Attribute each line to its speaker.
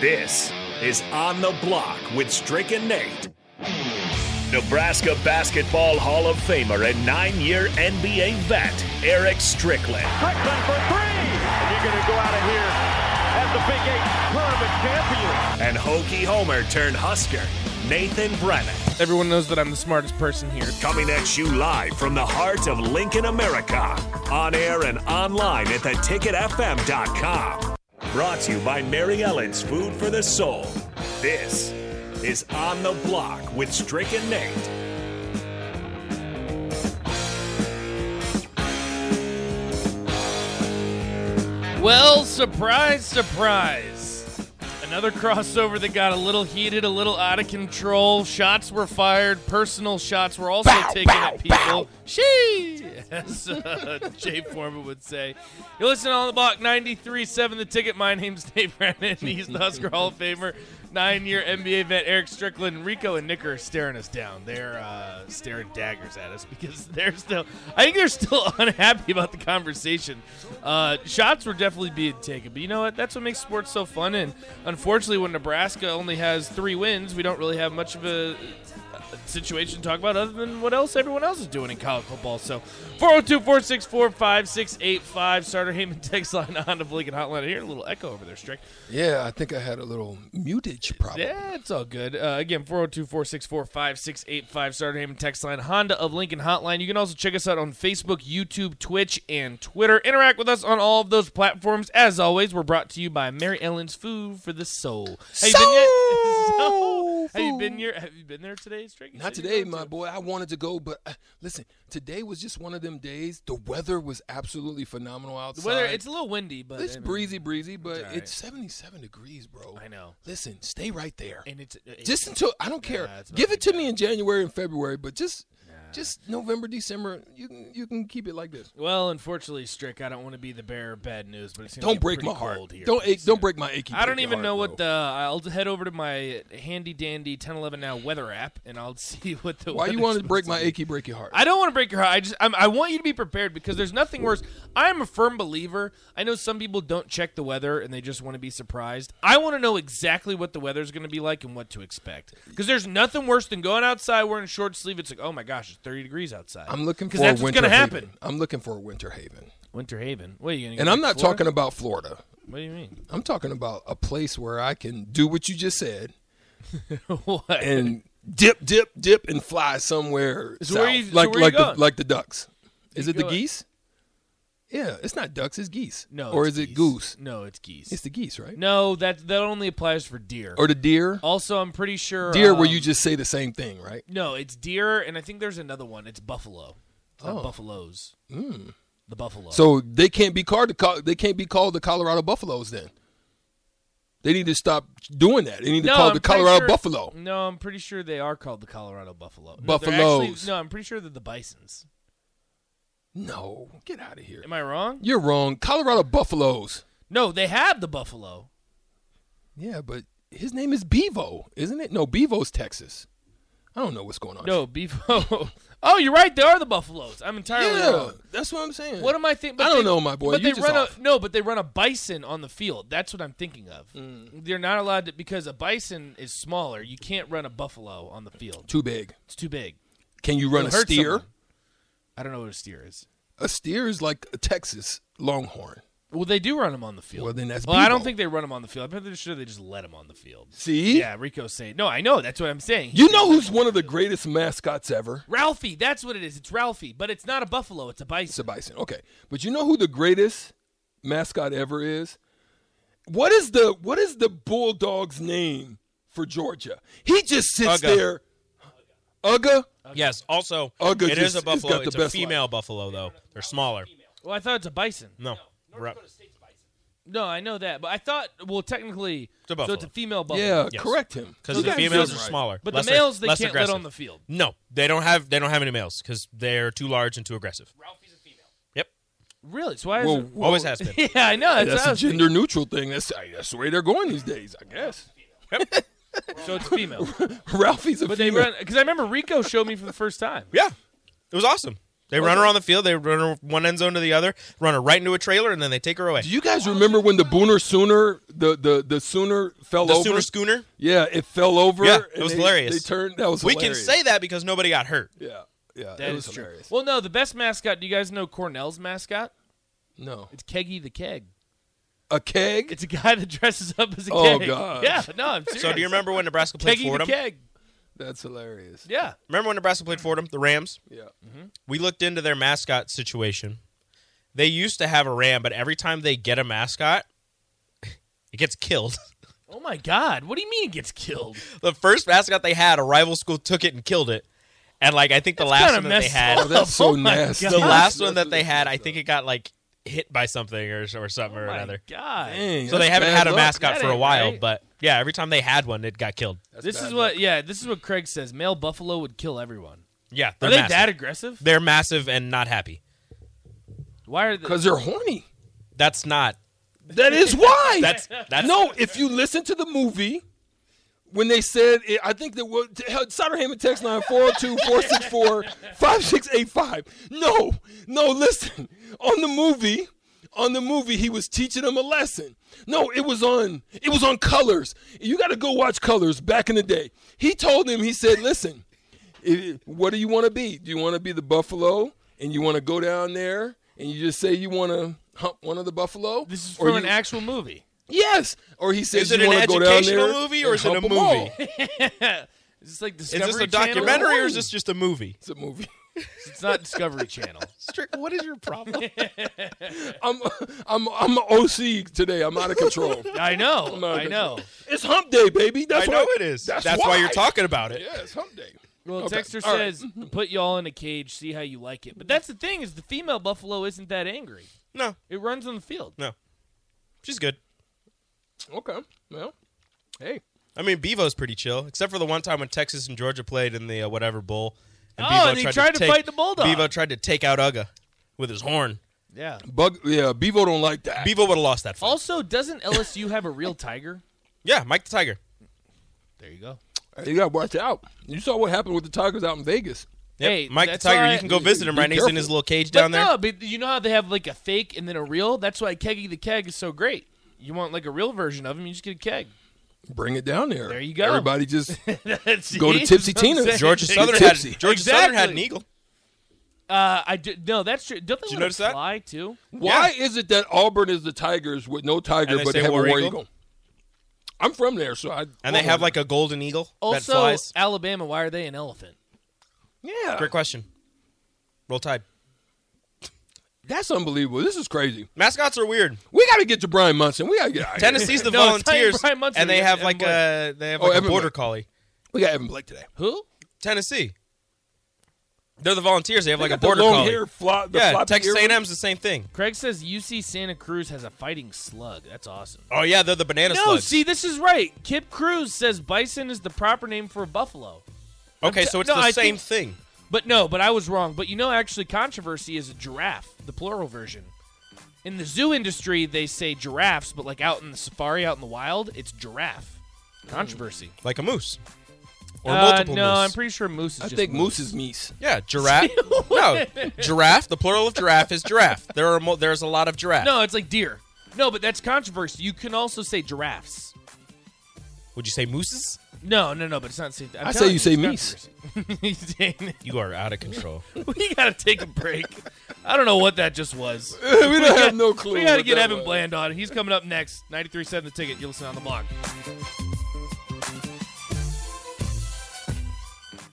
Speaker 1: This is On the Block with Strick and Nate. Nebraska Basketball Hall of Famer and nine year NBA vet, Eric Strickland.
Speaker 2: Strickland for three. And you're going to go out of here as the Big Eight tournament champion.
Speaker 1: And Hokie Homer turned Husker, Nathan Brennan.
Speaker 3: Everyone knows that I'm the smartest person here.
Speaker 1: Coming at you live from the heart of Lincoln, America. On air and online at theticketfm.com. Brought to you by Mary Ellen's Food for the Soul. This is On the Block with Strick and Nate.
Speaker 3: Well, surprise, surprise. Another crossover that got a little heated, a little out of control. Shots were fired. Personal shots were also taken at people. She, as uh, Jay Foreman would say. You listen on the block 93.7 The Ticket. My name's Dave Brennan. He's the Husker Hall of Famer. Nine-year NBA vet Eric Strickland. Rico and Nick are staring us down. They're uh, staring daggers at us because they're still. I think they're still unhappy about the conversation. Uh, shots were definitely being taken, but you know what? That's what makes sports so fun. And unfortunately, when Nebraska only has three wins, we don't really have much of a situation to talk about other than what else everyone else is doing in college football. So 402 464 5685, starter Heyman text line on the Lincoln Hotline. I hear a little echo over there, Strick.
Speaker 4: Yeah, I think I had a little mutage problem.
Speaker 3: Yeah, it's all good. Uh, again, 402 464 5685, starter Heyman text line, Honda of Lincoln Hotline. You can also check us out on Facebook, YouTube, Twitch, and Twitter. Interact with us on all of those platforms. As always, we're brought to you by Mary Ellen's Food for the Soul. Have you been yet? So, have you been here? Have you been there today, Strick? You
Speaker 4: Not
Speaker 3: said you
Speaker 4: today,
Speaker 3: were
Speaker 4: my boy. I wanted to go, but uh, listen, today was just one of them days. The weather was absolutely phenomenal outside.
Speaker 3: The weather it's a little windy, but
Speaker 4: it's
Speaker 3: I mean,
Speaker 4: breezy, breezy, but
Speaker 3: all right.
Speaker 4: it's 77 degrees, bro.
Speaker 3: I know.
Speaker 4: Listen, stay right there.
Speaker 3: And it's, it's
Speaker 4: just until I don't care.
Speaker 3: Nah, it's not
Speaker 4: Give
Speaker 3: like
Speaker 4: it to
Speaker 3: that.
Speaker 4: me in January and February, but just just November, December, you can you can keep it like this.
Speaker 3: well, unfortunately, Strick. I don't want to be the bearer of bad news, but it's gonna
Speaker 4: Don't
Speaker 3: get
Speaker 4: break
Speaker 3: pretty
Speaker 4: my heart.
Speaker 3: cold Here
Speaker 4: Don't
Speaker 3: pretty
Speaker 4: ache- don't
Speaker 3: soon.
Speaker 4: break my achy.
Speaker 3: I don't
Speaker 4: breaky
Speaker 3: even
Speaker 4: heart,
Speaker 3: know
Speaker 4: bro.
Speaker 3: what the. I'll head over to my handy dandy 1011 now weather app, and I'll see what the.
Speaker 4: Why you
Speaker 3: weather's
Speaker 4: want to break
Speaker 3: supposed
Speaker 4: my
Speaker 3: be.
Speaker 4: achy breaky heart?
Speaker 3: I don't want to break your heart. I just I'm, I want you to be prepared because there's nothing worse. I am a firm believer. I know some people don't check the weather and they just want to be surprised. I want to know exactly what the weather's going to be like and what to expect because there's nothing worse than going outside wearing short sleeve. It's like oh my gosh, it's 30 degrees outside.
Speaker 4: I'm looking for
Speaker 3: 'Cause that's
Speaker 4: a
Speaker 3: what's
Speaker 4: winter
Speaker 3: gonna
Speaker 4: haven.
Speaker 3: happen.
Speaker 4: I'm looking for a winter haven.
Speaker 3: Winter Haven. What are you going to?
Speaker 4: And I'm not talking about Florida.
Speaker 3: What do you mean?
Speaker 4: I'm talking about a place where I can do what you just said
Speaker 3: what?
Speaker 4: and dip, dip, dip, and fly somewhere
Speaker 3: So where
Speaker 4: south.
Speaker 3: you- so
Speaker 4: like
Speaker 3: where you
Speaker 4: like
Speaker 3: going?
Speaker 4: the like the ducks. Is it the
Speaker 3: go-
Speaker 4: geese? Yeah, it's not ducks. It's geese.
Speaker 3: No.
Speaker 4: or
Speaker 3: it's
Speaker 4: is it
Speaker 3: geese.
Speaker 4: goose?
Speaker 3: No, it's geese.
Speaker 4: It's the geese, right?
Speaker 3: no, that that only applies for deer.
Speaker 4: Or the deer?
Speaker 3: also, I'm pretty sure
Speaker 4: deer, where you
Speaker 3: um,
Speaker 4: just say the same thing, right?
Speaker 3: No, it's deer, and I think there's another one. It's buffalo. It's not
Speaker 4: Oh. Hmm.
Speaker 3: buffaloes. The buffalo.
Speaker 4: So they can't be called the Col- they can't be called the Colorado Buffaloes. Then they need to stop doing that. They need to
Speaker 3: no,
Speaker 4: call
Speaker 3: I'm
Speaker 4: the
Speaker 3: pretty
Speaker 4: Colorado
Speaker 3: sure-
Speaker 4: Buffalo.
Speaker 3: No, I'm pretty sure they are called the Colorado buffalo. No, they're
Speaker 4: Buffaloes.
Speaker 3: actually, no I'm pretty sure they're the bisons.
Speaker 4: No, get out of here.
Speaker 3: Am I wrong?
Speaker 4: You're wrong. Colorado Buffaloes.
Speaker 3: No, they have the buffalo.
Speaker 4: Yeah, but his name is Bevo, isn't it? No, Bevo's Texas. I don't know what's going on.
Speaker 3: No, beefo. oh, you're right. They are the buffaloes. I'm entirely
Speaker 4: yeah,
Speaker 3: wrong.
Speaker 4: that's what I'm saying.
Speaker 3: What am I thinking?
Speaker 4: I don't know, my boy.
Speaker 3: But
Speaker 4: You
Speaker 3: they
Speaker 4: just
Speaker 3: run
Speaker 4: off.
Speaker 3: a no, but they run a bison on the field. That's what I'm thinking of.
Speaker 4: Mm.
Speaker 3: They're not allowed to because a bison is smaller. You can't run a buffalo on the field.
Speaker 4: Too big.
Speaker 3: It's too big.
Speaker 4: Can you run a
Speaker 3: It'll hurt
Speaker 4: steer?
Speaker 3: someone. I don't know what a steer is.
Speaker 4: A steer is like a Texas Longhorn.
Speaker 3: Well, they do run them on the field.
Speaker 4: Well, then that's
Speaker 3: Well, I don't
Speaker 4: Bebo.
Speaker 3: think they run them on the field. I'm pretty sure they just let them on the field.
Speaker 4: See?
Speaker 3: Yeah, Rico's saying. No, I know. That's what I'm saying.
Speaker 4: You know who's one of the greatest mascots ever?
Speaker 3: Ralphie. That's what it is. It's Ralphie, but it's not a buffalo. It's a
Speaker 4: It's
Speaker 3: bison.
Speaker 4: a bison. Okay. But you know who the greatest mascot ever is? What is the what is the bulldog's name for Georgia? He just sits
Speaker 5: Ugga.
Speaker 4: there. Ugga?
Speaker 5: Yes. Also,
Speaker 4: Oh, good.
Speaker 5: it is
Speaker 4: Just-
Speaker 5: a
Speaker 4: it's
Speaker 5: buffalo.
Speaker 4: got the
Speaker 5: It's, a
Speaker 4: best
Speaker 5: female buffalo, though. They're smaller.
Speaker 3: Well, I thought it's a bison.
Speaker 5: No. Right.
Speaker 3: No, I know that, but I thought. Well, technically,
Speaker 5: a
Speaker 3: so
Speaker 5: buffalo.
Speaker 3: it's a female buffalo.
Speaker 4: Yeah,
Speaker 5: Yes.
Speaker 4: correct him.
Speaker 5: Because
Speaker 4: You
Speaker 5: the
Speaker 4: guys
Speaker 5: females
Speaker 4: did
Speaker 5: are
Speaker 4: right.
Speaker 5: smaller.
Speaker 3: But
Speaker 5: Less
Speaker 3: the males they
Speaker 5: less
Speaker 3: can't
Speaker 5: aggressive.
Speaker 3: let on the field.
Speaker 5: No, they don't have they don't have any males because they're too large and too aggressive.
Speaker 3: Ralphie's a female.
Speaker 5: Yep.
Speaker 3: Really? So why?
Speaker 4: Whoa,
Speaker 3: is
Speaker 4: whoa.
Speaker 5: Always has been.
Speaker 3: it, yeah, I know. That's,
Speaker 4: That's
Speaker 3: what I
Speaker 4: a
Speaker 3: was thinking.
Speaker 4: gender neutral thing. That's that's the way they're going these days, I guess.
Speaker 3: So it's female.
Speaker 4: Ralphie's a
Speaker 3: But they
Speaker 4: female.
Speaker 3: run because I remember Rico showed me for the first time.
Speaker 5: yeah. It was awesome. They run her on the field. They run her one end zone to the other. Run her right into a trailer, and then they take her away.
Speaker 4: Do you guys remember when the Booner Sooner, the the the Sooner fell
Speaker 5: the
Speaker 4: over?
Speaker 5: Sooner Schooner.
Speaker 4: yeah, it fell over.
Speaker 5: Yeah, it
Speaker 4: and
Speaker 5: was
Speaker 4: they-
Speaker 5: hilarious.
Speaker 4: They turned. That was
Speaker 5: We can
Speaker 4: hilarious.
Speaker 5: say that because nobody got hurt.
Speaker 4: Yeah, yeah,
Speaker 3: That
Speaker 4: it
Speaker 3: is
Speaker 4: was
Speaker 3: true.
Speaker 4: hilarious.
Speaker 3: Well, no, the best mascot. Do you guys know Cornell's mascot?
Speaker 4: No,
Speaker 3: It's Keggy the Keg.
Speaker 4: a keg.
Speaker 3: It's a guy that dresses up as a
Speaker 4: Oh,
Speaker 3: keg.
Speaker 4: gosh.
Speaker 3: Yeah, no, I'm serious.
Speaker 5: So do you remember when Nebraska played
Speaker 3: Keggy the
Speaker 5: Fordham?
Speaker 3: Keg?
Speaker 4: That's hilarious.
Speaker 3: Yeah.
Speaker 5: Remember when Nebraska played Fordham? The Rams.
Speaker 4: Yeah.
Speaker 5: We looked into their mascot situation. They used to have a ram, but every time they get a mascot, it gets killed.
Speaker 3: Oh my God! What do you mean it gets killed?
Speaker 5: the first mascot they had, a rival school took it and killed it. And like I think the
Speaker 3: That's
Speaker 5: last
Speaker 3: kinda
Speaker 5: one that they
Speaker 3: messed
Speaker 5: had,
Speaker 4: Oh, that's so
Speaker 3: Oh my
Speaker 4: nasty.
Speaker 3: God.
Speaker 5: the
Speaker 3: Yeah.
Speaker 5: last one that they had, I think it got like hit by something or or something or
Speaker 3: Oh My
Speaker 5: another.
Speaker 3: God.
Speaker 4: Dang,
Speaker 5: So they
Speaker 4: that's
Speaker 5: haven't
Speaker 4: bad
Speaker 5: had a
Speaker 4: luck.
Speaker 5: mascot
Speaker 3: That
Speaker 5: for a
Speaker 3: ain't
Speaker 5: while,
Speaker 3: right.
Speaker 5: but yeah, every time they had one, it got killed.
Speaker 4: That's
Speaker 3: This
Speaker 4: bad
Speaker 3: is
Speaker 4: luck.
Speaker 3: what. Yeah, this is what Craig says. Male buffalo would kill everyone.
Speaker 5: Yeah,
Speaker 3: Are
Speaker 5: they're
Speaker 3: they
Speaker 5: massive.
Speaker 3: that aggressive?
Speaker 5: they're massive and not happy.
Speaker 3: Why are they?
Speaker 4: Because they're horny.
Speaker 5: That's not.
Speaker 4: That is why.
Speaker 5: That's that's
Speaker 4: no. If you listen to the movie, when they said, it, I think that was Sutter Heyman text line 402-464-5685. No, no. Listen, on the movie, on the movie, he was teaching them a lesson. No, it was on. It was on Colors. You got to go watch Colors back in the day. He told him. He said, listen. If- what do you want to be? Do you want to be the buffalo and you want to go down there and you just say you want to hump one of the buffalo?
Speaker 3: This is
Speaker 4: Or
Speaker 3: from an
Speaker 4: you-
Speaker 3: actual movie.
Speaker 4: Yes. Or he says
Speaker 5: Is it
Speaker 4: you
Speaker 5: an
Speaker 4: want to go down there.
Speaker 5: educational movie or
Speaker 4: and
Speaker 5: is it a
Speaker 4: hump 'em all.
Speaker 5: movie?
Speaker 3: Is this like
Speaker 5: Is
Speaker 3: Discovery
Speaker 5: this a
Speaker 3: Channel?
Speaker 5: documentary or is this just a movie?
Speaker 4: It's a movie.
Speaker 3: It's not Discovery Channel.
Speaker 5: Strick, what is your problem?
Speaker 4: I'm I'm I'm OC today. I'm out of control.
Speaker 3: I know.
Speaker 4: out of
Speaker 3: I know.
Speaker 4: it's hump day, baby. That's
Speaker 5: I know
Speaker 4: why,
Speaker 5: it is.
Speaker 4: That's,
Speaker 5: That's, why. you're talking about it.
Speaker 4: Yeah, it's hump day.
Speaker 3: Well,
Speaker 4: Okay.
Speaker 3: Texter
Speaker 4: All right.
Speaker 3: says, "Put y'all in a cage, see how you like it." But that's the thing is, the female buffalo isn't that angry.
Speaker 5: No,
Speaker 3: It runs on the field.
Speaker 5: no, she's good.
Speaker 4: Okay. Well, hey.
Speaker 5: I mean, Bevo's pretty chill, except for the one time when Texas and Georgia played in the uh, whatever bowl.
Speaker 3: Oh, and he tried to fight the Bulldog.
Speaker 5: Bevo tried to take out Uga with his horn.
Speaker 3: Yeah.
Speaker 4: Bug. Yeah. Bevo don't like that.
Speaker 5: Bevo would have lost that fight.
Speaker 3: Also, doesn't LSU have a real tiger?
Speaker 5: yeah, Mike the Tiger.
Speaker 3: There you go.
Speaker 4: Hey, you gotta watch out. You saw what happened with the Tigers out in Vegas.
Speaker 5: Yep,
Speaker 3: Hey,
Speaker 5: Mike the
Speaker 3: that's
Speaker 5: Tiger.
Speaker 3: why-
Speaker 5: You can go visit him
Speaker 4: Be
Speaker 5: right now. He's in
Speaker 4: careful.
Speaker 5: his little cage down
Speaker 3: but
Speaker 5: there.
Speaker 3: No, but you know how they have like a fake and then a real. That's why Keggy the Keg is so great. You want like a real version of him, you just get a keg.
Speaker 4: Bring it down there.
Speaker 3: There you go.
Speaker 4: Everybody just
Speaker 3: That's-
Speaker 4: Go to
Speaker 3: see?
Speaker 4: Tipsy
Speaker 3: That's what I'm
Speaker 4: Tina's.
Speaker 3: saying.
Speaker 5: Georgia
Speaker 4: Hey,
Speaker 5: Southern had
Speaker 4: tipsy.
Speaker 5: Georgia Southern had an
Speaker 3: Exactly.
Speaker 5: eagle.
Speaker 3: Uh, I do, no, that's true. Don't they
Speaker 5: you
Speaker 3: let him
Speaker 5: notice that?
Speaker 3: fly too?
Speaker 4: Why is it that Auburn is the Tigers with no tiger
Speaker 5: And they
Speaker 4: but
Speaker 5: say
Speaker 4: have
Speaker 5: War
Speaker 4: a war
Speaker 5: Eagle?
Speaker 4: eagle? I'm from there, so I
Speaker 5: And they have like a golden eagle that
Speaker 3: Also, uh,
Speaker 5: flies.
Speaker 3: Alabama, why are they an elephant?
Speaker 4: yeah.
Speaker 5: Great question. Roll Tide.
Speaker 4: That's unbelievable. This is crazy.
Speaker 5: Mascots are weird.
Speaker 4: We got to get to Brian Munson. We got to get out of here.
Speaker 5: Tennessee's the
Speaker 3: No, it's Tiny
Speaker 5: Volunteers,
Speaker 3: Brian Munson
Speaker 5: and they
Speaker 3: again,
Speaker 5: have
Speaker 3: Evan
Speaker 5: like
Speaker 3: Blake.
Speaker 5: a they have
Speaker 4: Oh,
Speaker 5: like a
Speaker 4: Evan
Speaker 5: border
Speaker 4: Blake.
Speaker 5: collie.
Speaker 4: We got Evan Blake today.
Speaker 3: Who?
Speaker 5: Tennessee. They're the Volunteers. They have like
Speaker 4: They
Speaker 5: a
Speaker 4: got the
Speaker 5: border
Speaker 4: long
Speaker 5: collie.
Speaker 4: hair, fly- the
Speaker 5: yeah,
Speaker 4: floppy
Speaker 5: Texas
Speaker 4: ear-
Speaker 5: A&M's the same thing.
Speaker 3: Craig says UC Santa Cruz has a fighting slug. That's awesome.
Speaker 5: Oh yeah, they're the banana
Speaker 3: No,
Speaker 5: slugs.
Speaker 3: see, this is right. Kip Cruz says bison is the proper name for a buffalo.
Speaker 5: okay,
Speaker 3: t-
Speaker 5: so it's
Speaker 3: no,
Speaker 5: the
Speaker 3: I
Speaker 5: same
Speaker 3: think-
Speaker 5: thing.
Speaker 3: But no, but I was wrong. But you know, actually, controversy is a giraffe, the plural version. In the zoo industry, they say giraffes, but like out in the safari, out in the wild, it's giraffe. Controversy.
Speaker 5: Like a moose. Mm. Or
Speaker 3: Uh,
Speaker 5: multiple
Speaker 3: no,
Speaker 5: moose.
Speaker 3: I'm pretty sure moose is
Speaker 4: I
Speaker 3: just
Speaker 4: think Moose is Meese.
Speaker 5: yeah, giraffe. no, giraffe. The plural of giraffe is giraffe. There are mo- there's a lot of giraffe.
Speaker 3: No, it's like deer. No, but that's controversy. You can also say giraffes.
Speaker 5: Would you say mooses?
Speaker 3: No, no, no, but it's not. safe. I'm
Speaker 4: I say
Speaker 3: telling
Speaker 4: you say
Speaker 3: it's controversy.
Speaker 5: You are out of control.
Speaker 3: we gotta take a break. I don't know what that just was.
Speaker 4: we don't have no clue.
Speaker 3: We gotta
Speaker 4: what
Speaker 3: get
Speaker 4: that
Speaker 3: Evan
Speaker 4: was.
Speaker 3: Bland on. He's coming up next. 93.7 The Ticket. You listen on the block.